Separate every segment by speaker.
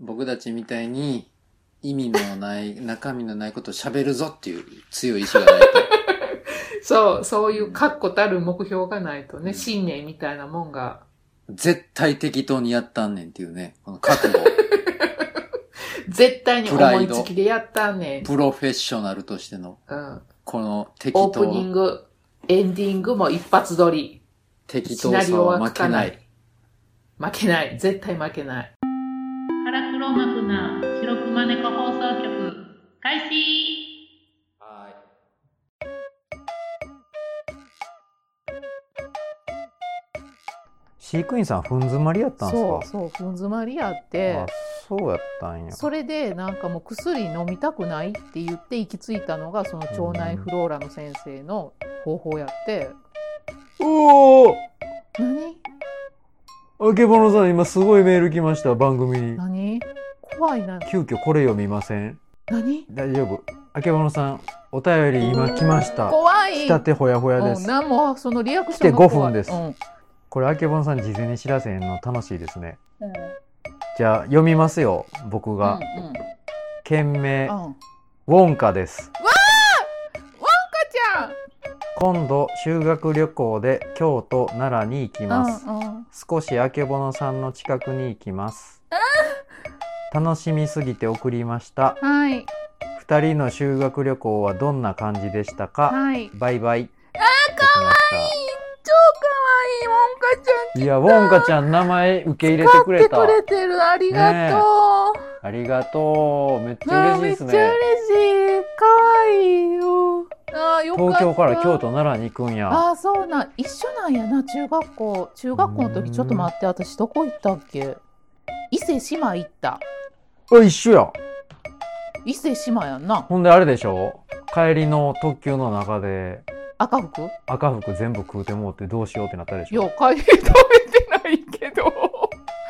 Speaker 1: 僕たちみたいに意味のない、 中身のないことを喋るぞっていう強い意志がないと。
Speaker 2: そう、そういう確固たる目標がないと
Speaker 1: う
Speaker 2: ね、
Speaker 1: ん
Speaker 2: 信念みたいなもんが。
Speaker 1: 絶対適当にやったんねんっていうね、この覚 悟。
Speaker 2: 絶対に
Speaker 1: プラ
Speaker 2: 思
Speaker 1: イ
Speaker 2: い
Speaker 1: ド
Speaker 2: つきでやったねん。
Speaker 1: プロフェッショナルとしての、
Speaker 2: うん。
Speaker 1: この適
Speaker 2: オープニン
Speaker 1: 当、
Speaker 2: グ、エンディングも一発撮り。
Speaker 1: 適
Speaker 2: シ
Speaker 1: 当
Speaker 2: ナリ
Speaker 1: さ
Speaker 2: オ
Speaker 1: は
Speaker 2: は
Speaker 1: 負
Speaker 2: つ
Speaker 1: け
Speaker 2: か
Speaker 1: な
Speaker 2: ないい。。負けない。絶対負けない。
Speaker 3: 腹黒幕な白熊猫放送局開始
Speaker 4: 飼育員さんふん詰まりやったんですか
Speaker 2: そう、そう、ふん詰まりやっ
Speaker 4: あ
Speaker 2: て、
Speaker 4: そうやったんや
Speaker 2: それでなんかもう薬飲みたくないって言って行き着いたのが、その腸内フローラの先生の方法やって、
Speaker 4: おお
Speaker 2: 何
Speaker 4: あけぼのさん今すごいメール来ました番組に
Speaker 2: 何怖いな。
Speaker 4: 急遽これ読みません
Speaker 2: 何
Speaker 4: 大丈夫あけぼのさんお便り今来ました
Speaker 2: 怖い
Speaker 4: 来たてほやほやで
Speaker 2: うん、
Speaker 4: す
Speaker 2: 何もそのリアクションが
Speaker 4: 来て
Speaker 2: 怖い
Speaker 4: 5分です
Speaker 2: うん
Speaker 4: これあけぼのさん事前に知らせんの楽しいですねじゃあ読みますよ僕が、
Speaker 2: うんうんうん
Speaker 4: 件名
Speaker 2: うん、赤
Speaker 4: ウォンカです
Speaker 2: ちゃん
Speaker 4: 今度修学旅行で京都奈良に行きます、
Speaker 2: うんうん、
Speaker 4: 少しあけぼのさんの近くに行きます楽しみすぎて送りました
Speaker 2: はい
Speaker 4: 二人の修学旅行はどんな感じでしたか
Speaker 2: はい
Speaker 4: バイバイあ
Speaker 2: か
Speaker 4: わ
Speaker 2: 超可愛いもんかちゃん
Speaker 4: いいやウォンカちゃん名前受け入れてくれた
Speaker 2: 来てくれてるありがとう、
Speaker 4: ありがとうめっちゃ
Speaker 2: あー
Speaker 4: 嬉しい
Speaker 2: め
Speaker 4: で
Speaker 2: っち
Speaker 4: す
Speaker 2: ゃ
Speaker 4: ね
Speaker 2: 嬉しい可愛いよあーよかった
Speaker 4: 東京から京都奈良に行くんや
Speaker 2: あーそうなん一緒なんやな中学校中学校の時ちょっと待って私どこ行ったっけ伊勢志摩行った
Speaker 4: あ一緒や
Speaker 2: 伊勢志摩やんな
Speaker 4: ほんであれでしょ帰りの特急の中で
Speaker 2: 赤服
Speaker 4: 赤服全部食うてもうてどうしようってなったで
Speaker 2: い
Speaker 4: し
Speaker 2: や、
Speaker 4: ょ
Speaker 2: 帰り食べてないけど。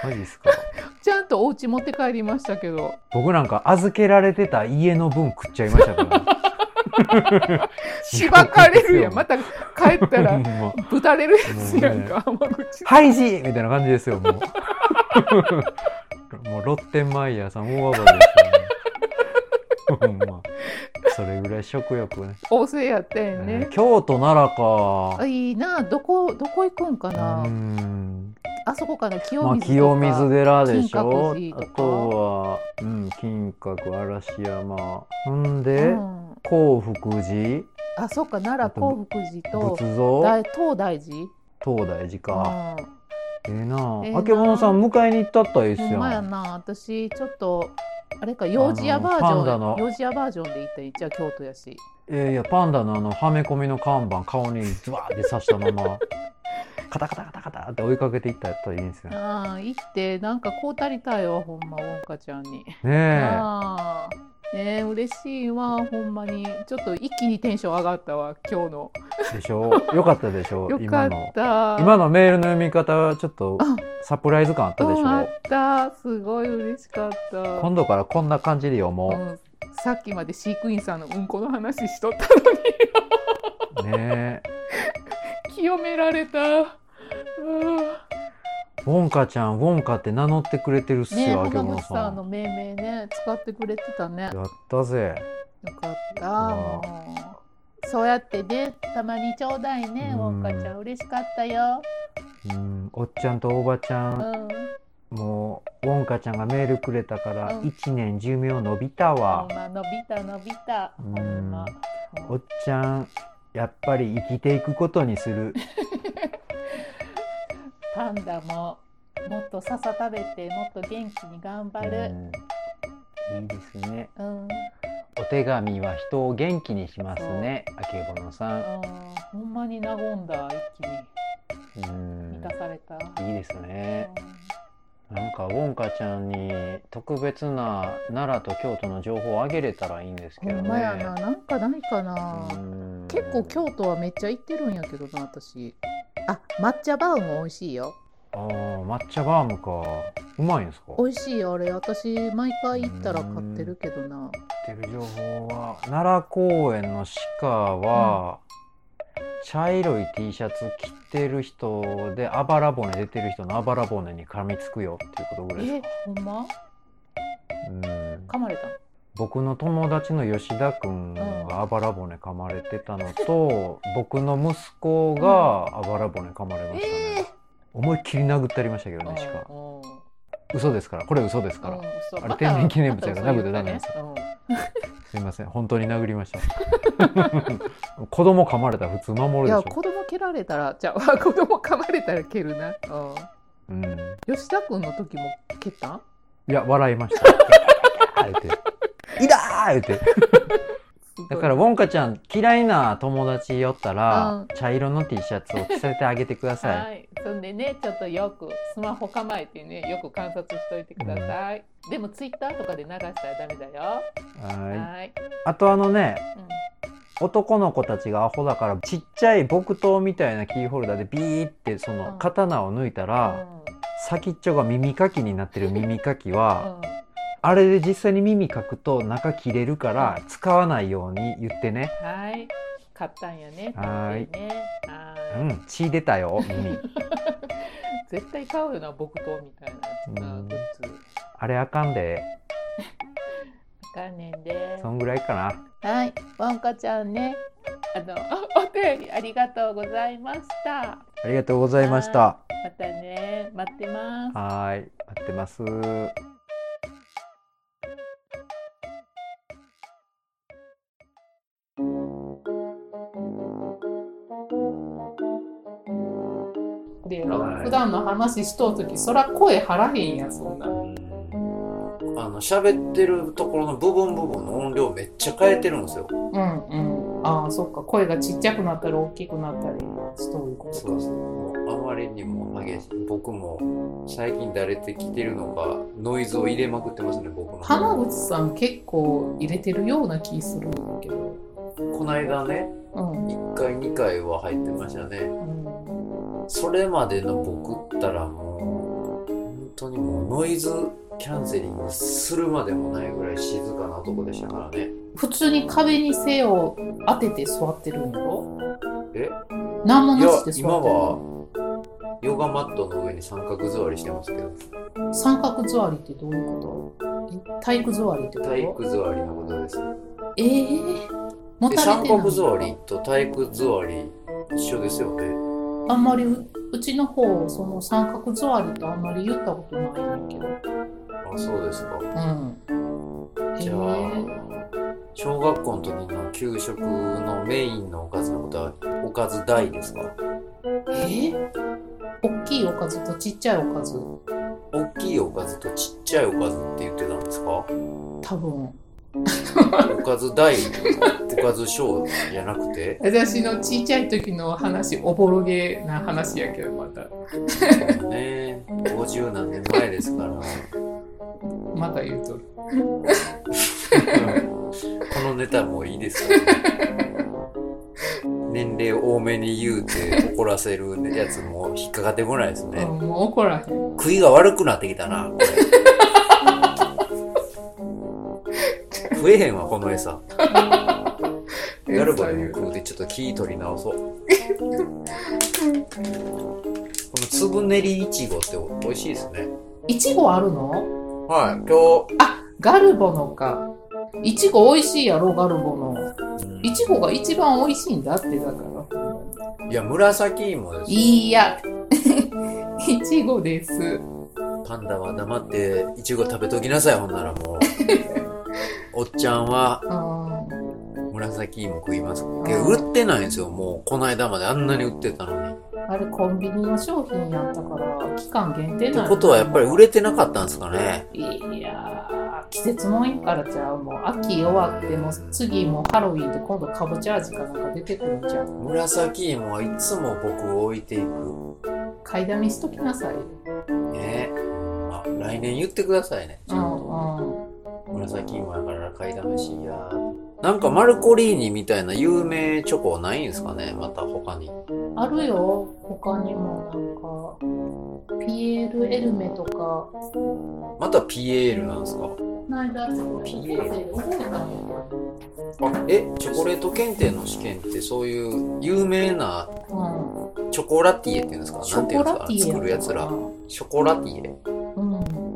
Speaker 4: マジですか
Speaker 2: ちゃんとお家持って帰りました けど。
Speaker 4: 僕なんか預けられてた家の分食っちゃいましたから
Speaker 2: しばかれるやん。また帰った
Speaker 4: ほ
Speaker 2: ら
Speaker 4: ん、ま
Speaker 2: ぶたれるやつやんか、浜 口。
Speaker 4: ハイジみたいな感じですよ、もう。 もうロッテンマイヤーさん大暴れですよ ね。ほんま。それぐらい食欲ね。
Speaker 2: 大勢やったんや
Speaker 4: えー
Speaker 2: ね。
Speaker 4: 京都奈良
Speaker 2: あ
Speaker 4: か。
Speaker 2: いいな、どこ、どこ行くんか
Speaker 4: う
Speaker 2: な
Speaker 4: ー。ん。
Speaker 2: あそこかな、清
Speaker 4: まあ、
Speaker 2: 水とか。
Speaker 4: 清水寺でしょ
Speaker 2: 金閣。寺
Speaker 4: あ
Speaker 2: とか
Speaker 4: とは、うん、金閣、嵐山。ほん
Speaker 2: う
Speaker 4: で、
Speaker 2: ん。
Speaker 4: 興福寺、
Speaker 2: あ、そっか、奈良興福寺と、
Speaker 4: 仏像、
Speaker 2: 大東大寺。
Speaker 4: 東大寺か。
Speaker 2: うん
Speaker 4: ええな
Speaker 2: ええ
Speaker 4: あ。
Speaker 2: な
Speaker 4: あけぼのさん、迎えに行ったったらいいっす
Speaker 2: ほん
Speaker 4: よ。
Speaker 2: まやな、私、ちょっと、あれか、幼児屋バー
Speaker 4: あ
Speaker 2: ジ
Speaker 4: のパンダ
Speaker 2: ョ
Speaker 4: の
Speaker 2: ン、幼児屋バージョンで行ったら、じゃあ京都やし。
Speaker 4: えーいやパンダのあのはめ込みの看板顔にズワーって刺したま まカタカタカタカタって追いかけていったらやったらいいんですよね
Speaker 2: ああ、行って、なんかこうたりたいわ、ほんま、ウォンカちゃんに。
Speaker 4: ね
Speaker 2: ああ、ねえ、嬉しいわ、ほんまに。ちょっと一気にテンション上がったわ、今日の。
Speaker 4: えでしょよかったでしょ
Speaker 2: よか
Speaker 4: 今
Speaker 2: っ
Speaker 4: の
Speaker 2: た。
Speaker 4: 今のメールの読み方はちょっと
Speaker 2: あ、
Speaker 4: サプライズ感あったでし
Speaker 2: うん、あ
Speaker 4: ょ
Speaker 2: った。すごい嬉しかった。
Speaker 4: 今度からこんな感じで読
Speaker 2: う
Speaker 4: も
Speaker 2: ん、さっきまで飼育員さんのうんこの話しとったのに
Speaker 4: うねえ
Speaker 2: 清められた。うん
Speaker 4: ウォンカちゃんウォンカって名乗ってくれてるっす
Speaker 2: ねえ、
Speaker 4: よあけ
Speaker 2: 浜
Speaker 4: ぼの
Speaker 2: 口
Speaker 4: さ
Speaker 2: さん
Speaker 4: ん
Speaker 2: の命名ね、使ってくれてたね。
Speaker 4: やったぜ
Speaker 2: よかった。
Speaker 4: わ
Speaker 2: もうそうやってね、たまにちょうだいね、ウ
Speaker 4: うん
Speaker 2: ォンカちゃん、嬉しかったよ。
Speaker 4: うんおっちゃんとおばちゃ
Speaker 2: うんん。
Speaker 4: もうウォンカちゃんがメールくれたから
Speaker 2: うん
Speaker 4: 1年寿命伸びたわ
Speaker 2: ほんま、伸びた伸びた。
Speaker 4: う
Speaker 2: ほ
Speaker 4: ん
Speaker 2: んま。
Speaker 4: おっちゃんやっぱり生きていくことにする
Speaker 2: パンダも、もっと笹食べて、もっと元気に頑張る。
Speaker 4: うんいいですね
Speaker 2: うん。うん
Speaker 4: お手紙は人を元気にしますねあけぼのさん
Speaker 2: ほんまに和んだ、一気に
Speaker 4: うん
Speaker 2: 満たされた。
Speaker 4: いいですね
Speaker 2: う
Speaker 4: なんかウォンカちゃんに特別な奈良と京都の情報をあげれたらいいんですけ
Speaker 2: ん
Speaker 4: ど
Speaker 2: ほ
Speaker 4: ね
Speaker 2: んまやな、なんかないかな。
Speaker 4: うん
Speaker 2: 結構京都はめっちゃ行ってるんやけどな、私。あ、抹茶バウも美味しいよ。
Speaker 4: あー抹茶バームかうまいんですか
Speaker 2: 美味しいよあれ私毎回行ったら買ってるけどな
Speaker 4: 知ってる情報は奈良公園の鹿は、茶色い T シャツ着てる人であばら骨出てる人のあばら骨に噛みつくよっていうことぐらいです
Speaker 2: え
Speaker 4: か
Speaker 2: ほんま
Speaker 5: うん、
Speaker 2: 噛まれたの
Speaker 5: 僕の友達の吉田くんがあばら骨噛まれてたのと、僕の息子があばら骨噛まれましたね、思いっきり殴ったりましたけどねしか
Speaker 2: うんうん
Speaker 5: 嘘ですからこれ嘘ですから、
Speaker 2: うんそう
Speaker 5: あれ天然記念物やから
Speaker 2: また
Speaker 5: 殴ったらダメなんです
Speaker 2: そう言ったね
Speaker 5: すいません本当に殴りました 子供噛まれたら普通守
Speaker 2: うんい
Speaker 5: るで
Speaker 2: や
Speaker 5: しょ
Speaker 2: 子供蹴られたらじゃあ 子供噛まれたら蹴るな、
Speaker 5: うん
Speaker 2: うん、吉田君の時も蹴ったん
Speaker 5: いや笑いま したあえて「いだー!」って
Speaker 2: すごい
Speaker 5: だからウォンカちゃん嫌いな友達寄ったら、
Speaker 2: うん
Speaker 5: 茶色の T シャツを着せてあげてください、
Speaker 2: はい、そんでねちょっとよくスマホ構えてねよく観察しといてください、でもツイッターとかで流したらダメだよは
Speaker 5: はいいあとあのね
Speaker 2: うん
Speaker 5: 男の子たちがアホだからちっちゃい木刀みたいなキーホルダーでビーってそうの
Speaker 2: ん
Speaker 5: 刀を抜いたら、先っちょが耳かきになってる耳かき
Speaker 2: う
Speaker 5: は、
Speaker 2: ん
Speaker 5: あれで実際に耳かくと中切れるから使わないように言ってね。
Speaker 2: はい買ったんやね
Speaker 5: はい
Speaker 2: 買ってねは
Speaker 5: う
Speaker 2: い
Speaker 5: ん、血出たよ 耳。
Speaker 2: 絶対買うよな木刀みたいなやつ
Speaker 5: う
Speaker 2: なんグッズ
Speaker 5: あれあかんで、
Speaker 2: 元年で
Speaker 5: そんぐらいかな。
Speaker 2: はい、わんかちゃんね。あの、 おお便りありがとうございました。
Speaker 5: ありがとうございました。
Speaker 2: またね、待ってます。
Speaker 5: はーい、待ってます。
Speaker 2: で、
Speaker 4: はい
Speaker 2: 普段の話しとうとき、そら声張らへんやん、そんな。
Speaker 4: あの喋ってるところの部分部分の音量めっちゃ変えてるんですよ
Speaker 2: うんうん。ああ、そっか、声がちっちゃくなったり大きくなったりしとること
Speaker 4: そうそうもうあまりにも激しい僕も最近慣れてきてるのかノイズを入れまくってますね僕の
Speaker 2: 浜口さん結構入れてるような気するんだけど。
Speaker 4: この間ね
Speaker 2: うん。
Speaker 4: 1回2回は入ってましたね
Speaker 2: うん、
Speaker 4: それまでの僕ったらもう本当にもうノイズキャンセリングするまでもないぐらい静かなとこでしたからね
Speaker 2: 普通に壁に背を当てて座ってるんだろ
Speaker 4: え
Speaker 2: 何も
Speaker 4: いや
Speaker 2: なしで座ってる
Speaker 4: 今はヨガマットの上に三角座りしてますけど
Speaker 2: 三角座りってどういうことえ体育座りってこと
Speaker 4: 体育座りのことです
Speaker 2: ええー、も
Speaker 4: で
Speaker 2: たれ
Speaker 4: 三
Speaker 2: てない
Speaker 4: 角座りと体育座り一緒ですよね
Speaker 2: あんまりううちの方その三角座りってあんまり言ったことないんだけど
Speaker 4: あそうですか
Speaker 2: うん
Speaker 4: じゃ
Speaker 2: え
Speaker 4: あ
Speaker 2: ー
Speaker 4: 小学校の時の給食のメインのおかずのことはおかず大ですか
Speaker 2: えー大きいおかずとちっちゃいおかず
Speaker 4: 大きいおかずとちっちゃいおかずって言ってたんですか
Speaker 2: 多分
Speaker 4: おかず大おかず小じゃなくて
Speaker 2: 私のちっちゃい時の話おぼろげな話やけどまた
Speaker 4: ね50何年前ですから こ
Speaker 2: また言うとる
Speaker 4: のネタもういいですよね年齢多めに言うて怒らせるやつも引っかかってこないですね、
Speaker 2: うんもう怒らへん
Speaker 4: 食いが悪くなってきたなこれ食えへんわこの餌やるばでも食うてちょっと気取り直そうこの粒練りいちごって美味しいですね
Speaker 2: いちごあるの
Speaker 4: はい今
Speaker 2: ガルボのか。いちご美味しいやろ、ガルボの。
Speaker 4: 日、うん
Speaker 2: いちごが一番美味しいんだって、だから。
Speaker 4: いや紫芋です
Speaker 2: いいや。 いちごです。
Speaker 4: パンダは黙っていちご食べときなさいほんならもうおっちゃんは
Speaker 2: うん。
Speaker 4: 紫芋食いますけど売ってないんですよもうこの間まであんなに売ってたのに
Speaker 2: あれ、コンビニの商品やったから、期間限定
Speaker 4: って
Speaker 2: なの
Speaker 4: ことはやっぱり売れてなかったんですかね
Speaker 2: いやー、季節もいいからちゃう。もう、秋終わっても、次もうハロウィンで今度かぼちゃ味かなんか出てくるんちゃう。
Speaker 4: 紫芋はいつも僕を置いていく
Speaker 2: 買いだめしときなさいよ。
Speaker 4: ねまあ来年言ってくださいねち
Speaker 2: う
Speaker 4: ゃん
Speaker 2: ん
Speaker 4: と
Speaker 2: うん。
Speaker 4: 紫芋やから買いだめしいやなんかマルコリーニみたいな有名チョコはないんですかねまた他に
Speaker 2: あるよ、他にもなんか、ピエール・エルメとか、
Speaker 4: またピエールなんですか
Speaker 2: この間、ピエールで覚えたの
Speaker 4: あえチョコレート検定の試験ってそういう有名な
Speaker 2: よ。
Speaker 4: チョコラティエっていうんですか
Speaker 2: うん、シ
Speaker 4: なん
Speaker 2: ョ
Speaker 4: ていうん
Speaker 2: コ
Speaker 4: です
Speaker 2: ラ
Speaker 4: か
Speaker 2: ティエ
Speaker 4: 作るやつら
Speaker 2: う
Speaker 4: ショコラティエ
Speaker 2: ん、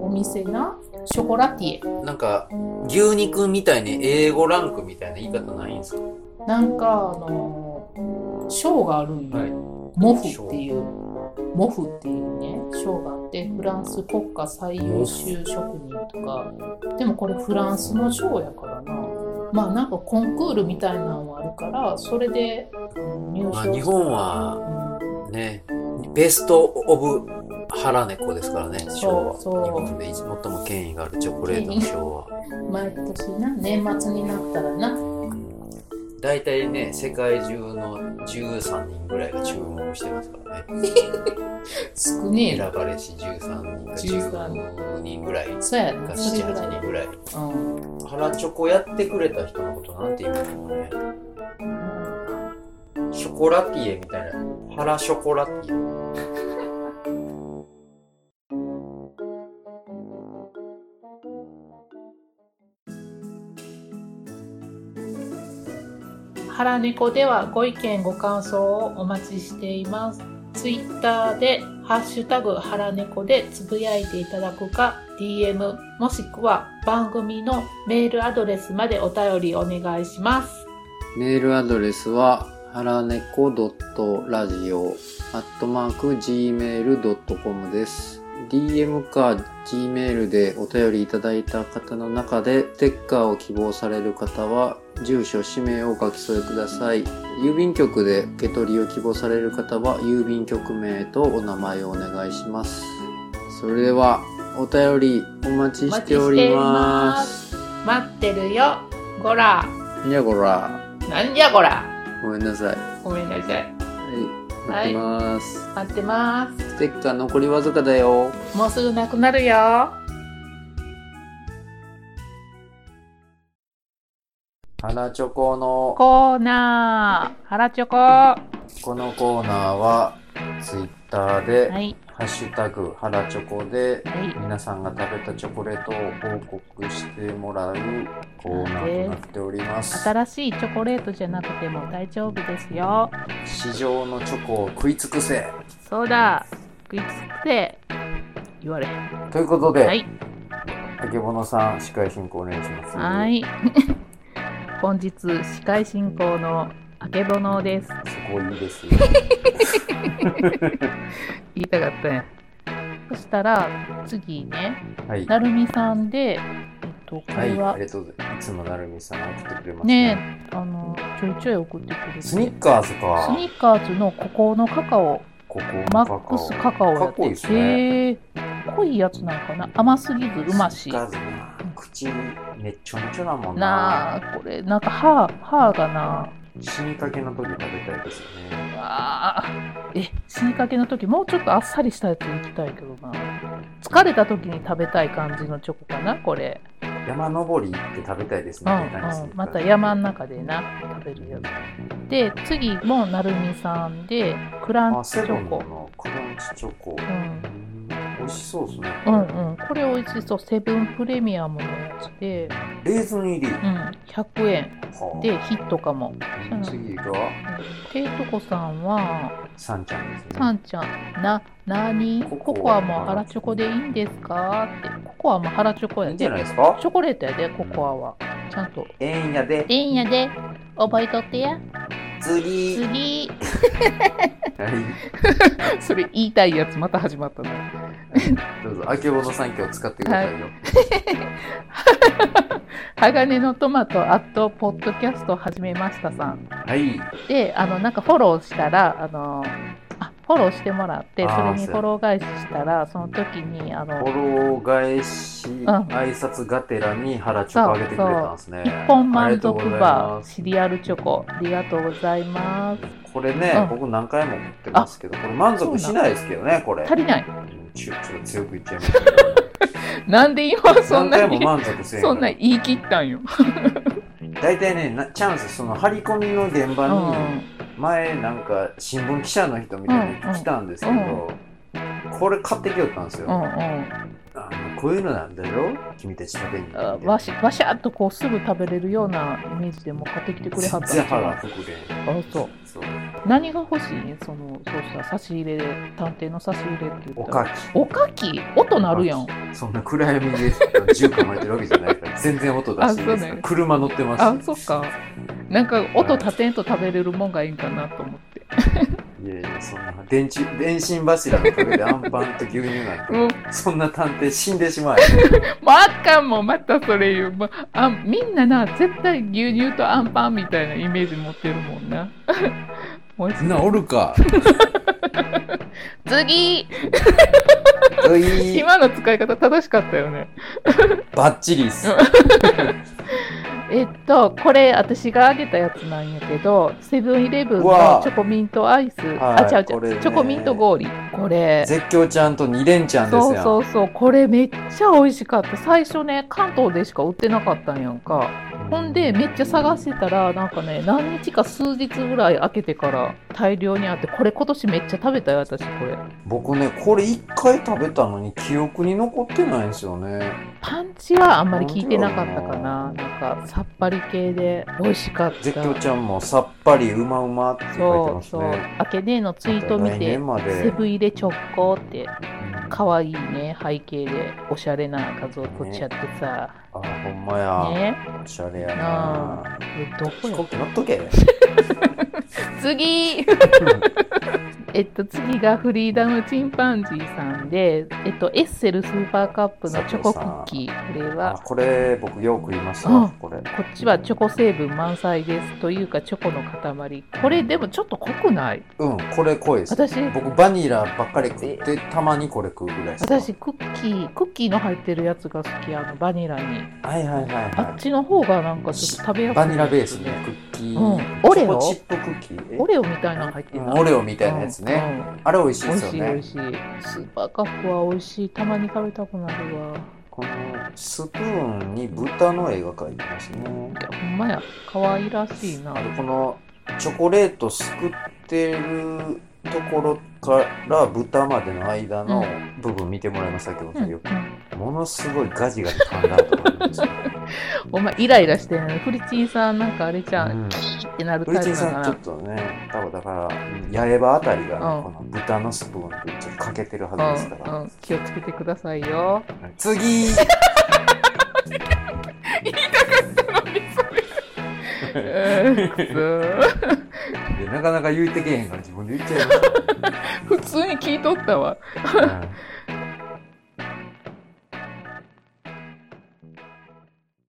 Speaker 2: お店な、ショコラティエ
Speaker 4: なんか、牛肉みたいに英語ランクみたいな言い方ないんですか
Speaker 2: なんかあの賞があるんよ、
Speaker 4: はい
Speaker 2: モフっていうモフっていうね賞があってフランス国家最優秀職人とかでもこれフランスの賞やからなまあなんかコンクールみたいなのはあるからそれであの入
Speaker 4: ま
Speaker 2: 賞
Speaker 4: あ、日本は
Speaker 2: うん
Speaker 4: ね、ベスト・オブ・腹猫ですからね、賞は。
Speaker 2: そう
Speaker 4: 日
Speaker 2: そう
Speaker 4: 本で最も権威があるチョコレートの賞は。
Speaker 2: 毎年な年末になったらな
Speaker 4: うん大体ね、世界中の13人ぐらいが注目してますからね。
Speaker 2: 少ねえ
Speaker 4: 選
Speaker 2: な
Speaker 4: ばれし13人か15人ぐらいか
Speaker 2: そうやなそれぐ
Speaker 4: 78
Speaker 2: ら
Speaker 4: 人
Speaker 2: い、
Speaker 4: ぐらい。
Speaker 2: うん、
Speaker 4: 腹チョコやってくれた人のことなんて言うんだろうね。ショコラティエみたいな。腹ショコラティエ。
Speaker 2: ハラネコではご意見ご感想をお待ちしています。ツイッターでハッシュタグハラネコでつぶやいていただくか DM もしくは番組のメールアドレスまでお便りお願いします。
Speaker 6: メールアドレスは、はらねこ .radio、アットマーク、gmail.com です。DM か Gmail でお便りいただいた方の中で、ステッカーを希望される方は、住所、氏名をお書き添えください。郵便局で受け取りを希望される方は、郵便局名とお名前をお願いします。それでは、お便りお待ちしております。
Speaker 2: 待ってるよ。ごら。
Speaker 6: にゃごら、
Speaker 2: なんじゃごら。
Speaker 6: ごめんなさい。
Speaker 2: ごめんなさい。
Speaker 6: はい、待ってます。
Speaker 2: 待ってま
Speaker 6: ステッカー残りわずかだよ。
Speaker 2: す。もうすぐなくなるよ。
Speaker 4: 腹チョコの
Speaker 2: コーナー。ハラチョコ。は
Speaker 4: このコーナーはツイッターで、
Speaker 2: い。はい。
Speaker 4: ハッシュタグハラチョコで皆さんが食べたチョコレートを報告してもらうコーナーとなっております。
Speaker 2: 新しいチョコレートじゃなくても大丈夫ですよ。
Speaker 4: 市場のチョコを食い尽くせ
Speaker 2: そうだ、食いつくて言われへん。
Speaker 4: ということで、
Speaker 2: はい、
Speaker 4: あけぼのさん司会進行お願いします。
Speaker 2: はい。 本日司会進行のあけぼのです。
Speaker 4: そこいいです よ。
Speaker 2: 言いたかったね。そしたら次ね、
Speaker 4: はい。
Speaker 2: なるみさんで、えっと、こ
Speaker 4: は
Speaker 2: れ
Speaker 4: い、
Speaker 2: は、
Speaker 4: ありがとうございます。いつもなるみさん送ってくれますね。
Speaker 2: ねあの、ちょいちょい送ってくれて。
Speaker 4: スニッカーズ
Speaker 2: ス
Speaker 4: か。
Speaker 2: ニッカーズのここのカカオ、
Speaker 4: ここ
Speaker 2: マ
Speaker 4: の
Speaker 2: ッ
Speaker 4: カカ
Speaker 2: ク
Speaker 4: オ。
Speaker 2: スカカオや
Speaker 4: か
Speaker 2: っ
Speaker 4: っこい
Speaker 2: て
Speaker 4: いですね。
Speaker 2: へー濃いやつなんかな甘すぎずうまし
Speaker 4: スニッカーズな口めっちゃめちゃだもん
Speaker 2: なあこれなんか歯歯がな
Speaker 4: 死にかけの時食べたいですよね。
Speaker 2: あーえ死にかけの時もうちょっとあっさりしたやついきたいけどな疲れた時に食べたい感じのチョコかなこれ
Speaker 4: 山登り行って食べたいです
Speaker 2: う
Speaker 4: ね。みたいなん
Speaker 2: うんまた山の中でな食べるやつで次もなるみさんでクラン
Speaker 4: あ、
Speaker 2: チチ
Speaker 4: セロン
Speaker 2: ョコ
Speaker 4: のクランチチョコ。
Speaker 2: うん
Speaker 4: うん美味しそうですね。
Speaker 2: うんうんこれ美味しそうセブンプレミアムのやつで、
Speaker 4: レーズン入り。
Speaker 2: うん、100円
Speaker 4: はあ
Speaker 2: でヒットかもうん
Speaker 4: 次が
Speaker 2: ていとこさんは
Speaker 4: サンちゃんですね。
Speaker 2: さんちゃん、な、なに、
Speaker 4: ココア
Speaker 2: ココアもハラチョコでいいんですかって、ココアもハラチョコ
Speaker 4: いい
Speaker 2: や
Speaker 4: んじゃ
Speaker 2: で、
Speaker 4: ないですか
Speaker 2: チョコレートやで、ココアは。ちゃんと。
Speaker 4: えんやで。
Speaker 2: でんやで、覚えとってや。
Speaker 4: 次。
Speaker 2: 次。
Speaker 4: はい。
Speaker 2: それ言いたいやつ、また始まったな。
Speaker 4: どうぞ、あけぼの三家を使ってくださいよ。
Speaker 2: 鋼のトマト、アット、ポッドキャスト始めましたさん。
Speaker 4: はい。
Speaker 2: で、あの、なんかフォローしたら、あの、あフォローしてもらって、
Speaker 4: あー
Speaker 2: それに
Speaker 4: そう
Speaker 2: フォロー返ししたら、その時に、あ
Speaker 4: フ
Speaker 2: の、
Speaker 4: ォロー返し、
Speaker 2: ん
Speaker 4: 挨拶がてらに腹チョコあげてくれたんですね。
Speaker 2: 一本満
Speaker 4: ありがとうご
Speaker 2: 足
Speaker 4: ざい
Speaker 2: バ
Speaker 4: ま
Speaker 2: ー、
Speaker 4: す
Speaker 2: シリアルチョコ、ありがとうございます。
Speaker 4: これね、
Speaker 2: うん
Speaker 4: 僕何回も食ってますけど、これ満足しないですけどね、これ。
Speaker 2: 足りない。
Speaker 4: うんちょちょっと強く言っちゃいましたけど。
Speaker 2: なんで今 そ
Speaker 4: 何
Speaker 2: んな
Speaker 4: 回も
Speaker 2: に、
Speaker 4: 満足せん
Speaker 2: そんな言い切ったんよ。
Speaker 4: 大体ねなチャンスその張り込みの現
Speaker 2: う
Speaker 4: 場に、
Speaker 2: ん。
Speaker 4: 前なんか新聞記者の人みたいなの来たんですけど、これ買ってきよったんですよ、
Speaker 2: うんうん。
Speaker 4: あのこういうのなんだろ君たち食べに
Speaker 2: あわしわしゃっとこうすぐ食べれるようなイメージでも買ってきてくれはったん
Speaker 4: 全然
Speaker 2: ちゃう
Speaker 4: 腹膨れん
Speaker 2: あそう
Speaker 4: そう
Speaker 2: 何が欲しいそのそうしたら差し入れで探偵の差し入れって言
Speaker 4: お
Speaker 2: ったら
Speaker 4: か
Speaker 2: おかき音鳴るやん
Speaker 4: きそんな暗闇で銃構えてるわけじゃない から全然音出してないです
Speaker 2: あそう
Speaker 4: か
Speaker 2: ね
Speaker 4: ら車乗ってます
Speaker 2: あそっかなんか音立てんと食べれるもんがいいんかなと思って
Speaker 4: いやいやそんな電池電信柱のおかげでアンパンと牛乳なんて、
Speaker 2: うん
Speaker 4: そんな探偵死んでしまうよ
Speaker 2: もうあかんもんまたそれ言うもうあみんなな絶対牛乳とアンパンみたいなイメージ持ってるもんなもう
Speaker 4: なおるか
Speaker 2: 次
Speaker 4: うい
Speaker 2: 今の使い方正しかったよね
Speaker 4: バッチリっす
Speaker 2: えっとこれ私があげたやつなんやけどセブンイレブ
Speaker 4: う
Speaker 2: ンの
Speaker 4: わ
Speaker 2: チョコミントアイス
Speaker 4: はい
Speaker 2: あちゃうちゃ
Speaker 4: こ
Speaker 2: う、
Speaker 4: れね
Speaker 2: チョコミント氷これ
Speaker 4: 絶叫ちゃんと二連ちゃんです
Speaker 2: そ
Speaker 4: よ
Speaker 2: うそうそうこれめっちゃ美味しかった最初ね関東でしか売ってなかったんやんかほんでめっちゃ探してたらなんかね何日か数日ぐらい開けてから大量にあってこれ今年めっちゃ食べたよ私これ
Speaker 4: 僕ねこれ一回食べたのに記憶に残ってないんですよね
Speaker 2: パンチはあんまり効いてなかったかななんかさっぱり系で美味しかった
Speaker 4: 絶叫ちゃんもさっぱりうまうまって書いて
Speaker 2: そ
Speaker 4: ま
Speaker 2: う
Speaker 4: す
Speaker 2: そう
Speaker 4: ね
Speaker 2: あけねえのツイート見
Speaker 4: 来
Speaker 2: て
Speaker 4: 年ま
Speaker 2: セ
Speaker 4: で
Speaker 2: ブン入れ直行って可愛いね背景でおしゃれな画像撮っちゃってさ
Speaker 4: あほんまや、
Speaker 2: ね
Speaker 4: おしゃれや
Speaker 2: な
Speaker 4: な
Speaker 2: えどこ
Speaker 4: 飛
Speaker 2: や
Speaker 4: 行機乗っと け
Speaker 2: 次えっと次がフリーダムチンパンジーさんで、えっと、エッセルスーパーカップのチョコクッキーこれ
Speaker 4: あ
Speaker 2: は
Speaker 4: これ僕よく言います
Speaker 2: うん
Speaker 4: わこれ
Speaker 2: こっちはチョコ成分満載ですというかチョコの塊これでもちょっと濃くない
Speaker 4: うんこれ濃いです
Speaker 2: 私
Speaker 4: 僕バニラばっかり食ってたまにこれ食うぐらいです
Speaker 2: 私クッキークッキーの入ってるやつが好きあのバニラに
Speaker 4: はいはいはい
Speaker 2: あっ
Speaker 4: は
Speaker 2: ちの方がなんかちょっと食べ
Speaker 4: い
Speaker 2: やすい
Speaker 4: バニラベースねクッキー、
Speaker 2: うんオレ
Speaker 4: チ
Speaker 2: オ
Speaker 4: ョコチップクッキーえ
Speaker 2: オレオみたいなの入って
Speaker 4: う
Speaker 2: る
Speaker 4: んオレオみたいなやつね、
Speaker 2: うんうん
Speaker 4: あれ美味しい
Speaker 2: 美
Speaker 4: で
Speaker 2: 味
Speaker 4: すよ
Speaker 2: しい
Speaker 4: ね
Speaker 2: 美味しいスーパーカップは美味しいたまに食べたくなるわ
Speaker 4: このスプーンに豚の絵が描いてますね
Speaker 2: いやほんまや可愛らしいな
Speaker 4: あのこのチョコレートすくってるところから豚までの間
Speaker 2: う
Speaker 4: の部分見てもらいましたけど、
Speaker 2: うん
Speaker 4: よくものすごいガジガジ噛んだと思います よ
Speaker 2: お前イライラしてんのフリチンさんなんかあれじゃん、
Speaker 4: うん
Speaker 2: キーってなる
Speaker 4: プ
Speaker 2: タイ
Speaker 4: リ
Speaker 2: プ
Speaker 4: チン
Speaker 2: だか
Speaker 4: さんちょ
Speaker 2: ら
Speaker 4: っとね多分だから八重歯あたりが、ね
Speaker 2: う
Speaker 4: こ
Speaker 2: ん
Speaker 4: の豚のスプーンにちょっと欠けてるはずですから、
Speaker 2: うんうん、気をつけてください よ。
Speaker 4: 次
Speaker 2: えー く
Speaker 4: いやなかなか言うてけへんから自分で言っちゃいま
Speaker 2: そー普通に聞いとったわ。
Speaker 4: した、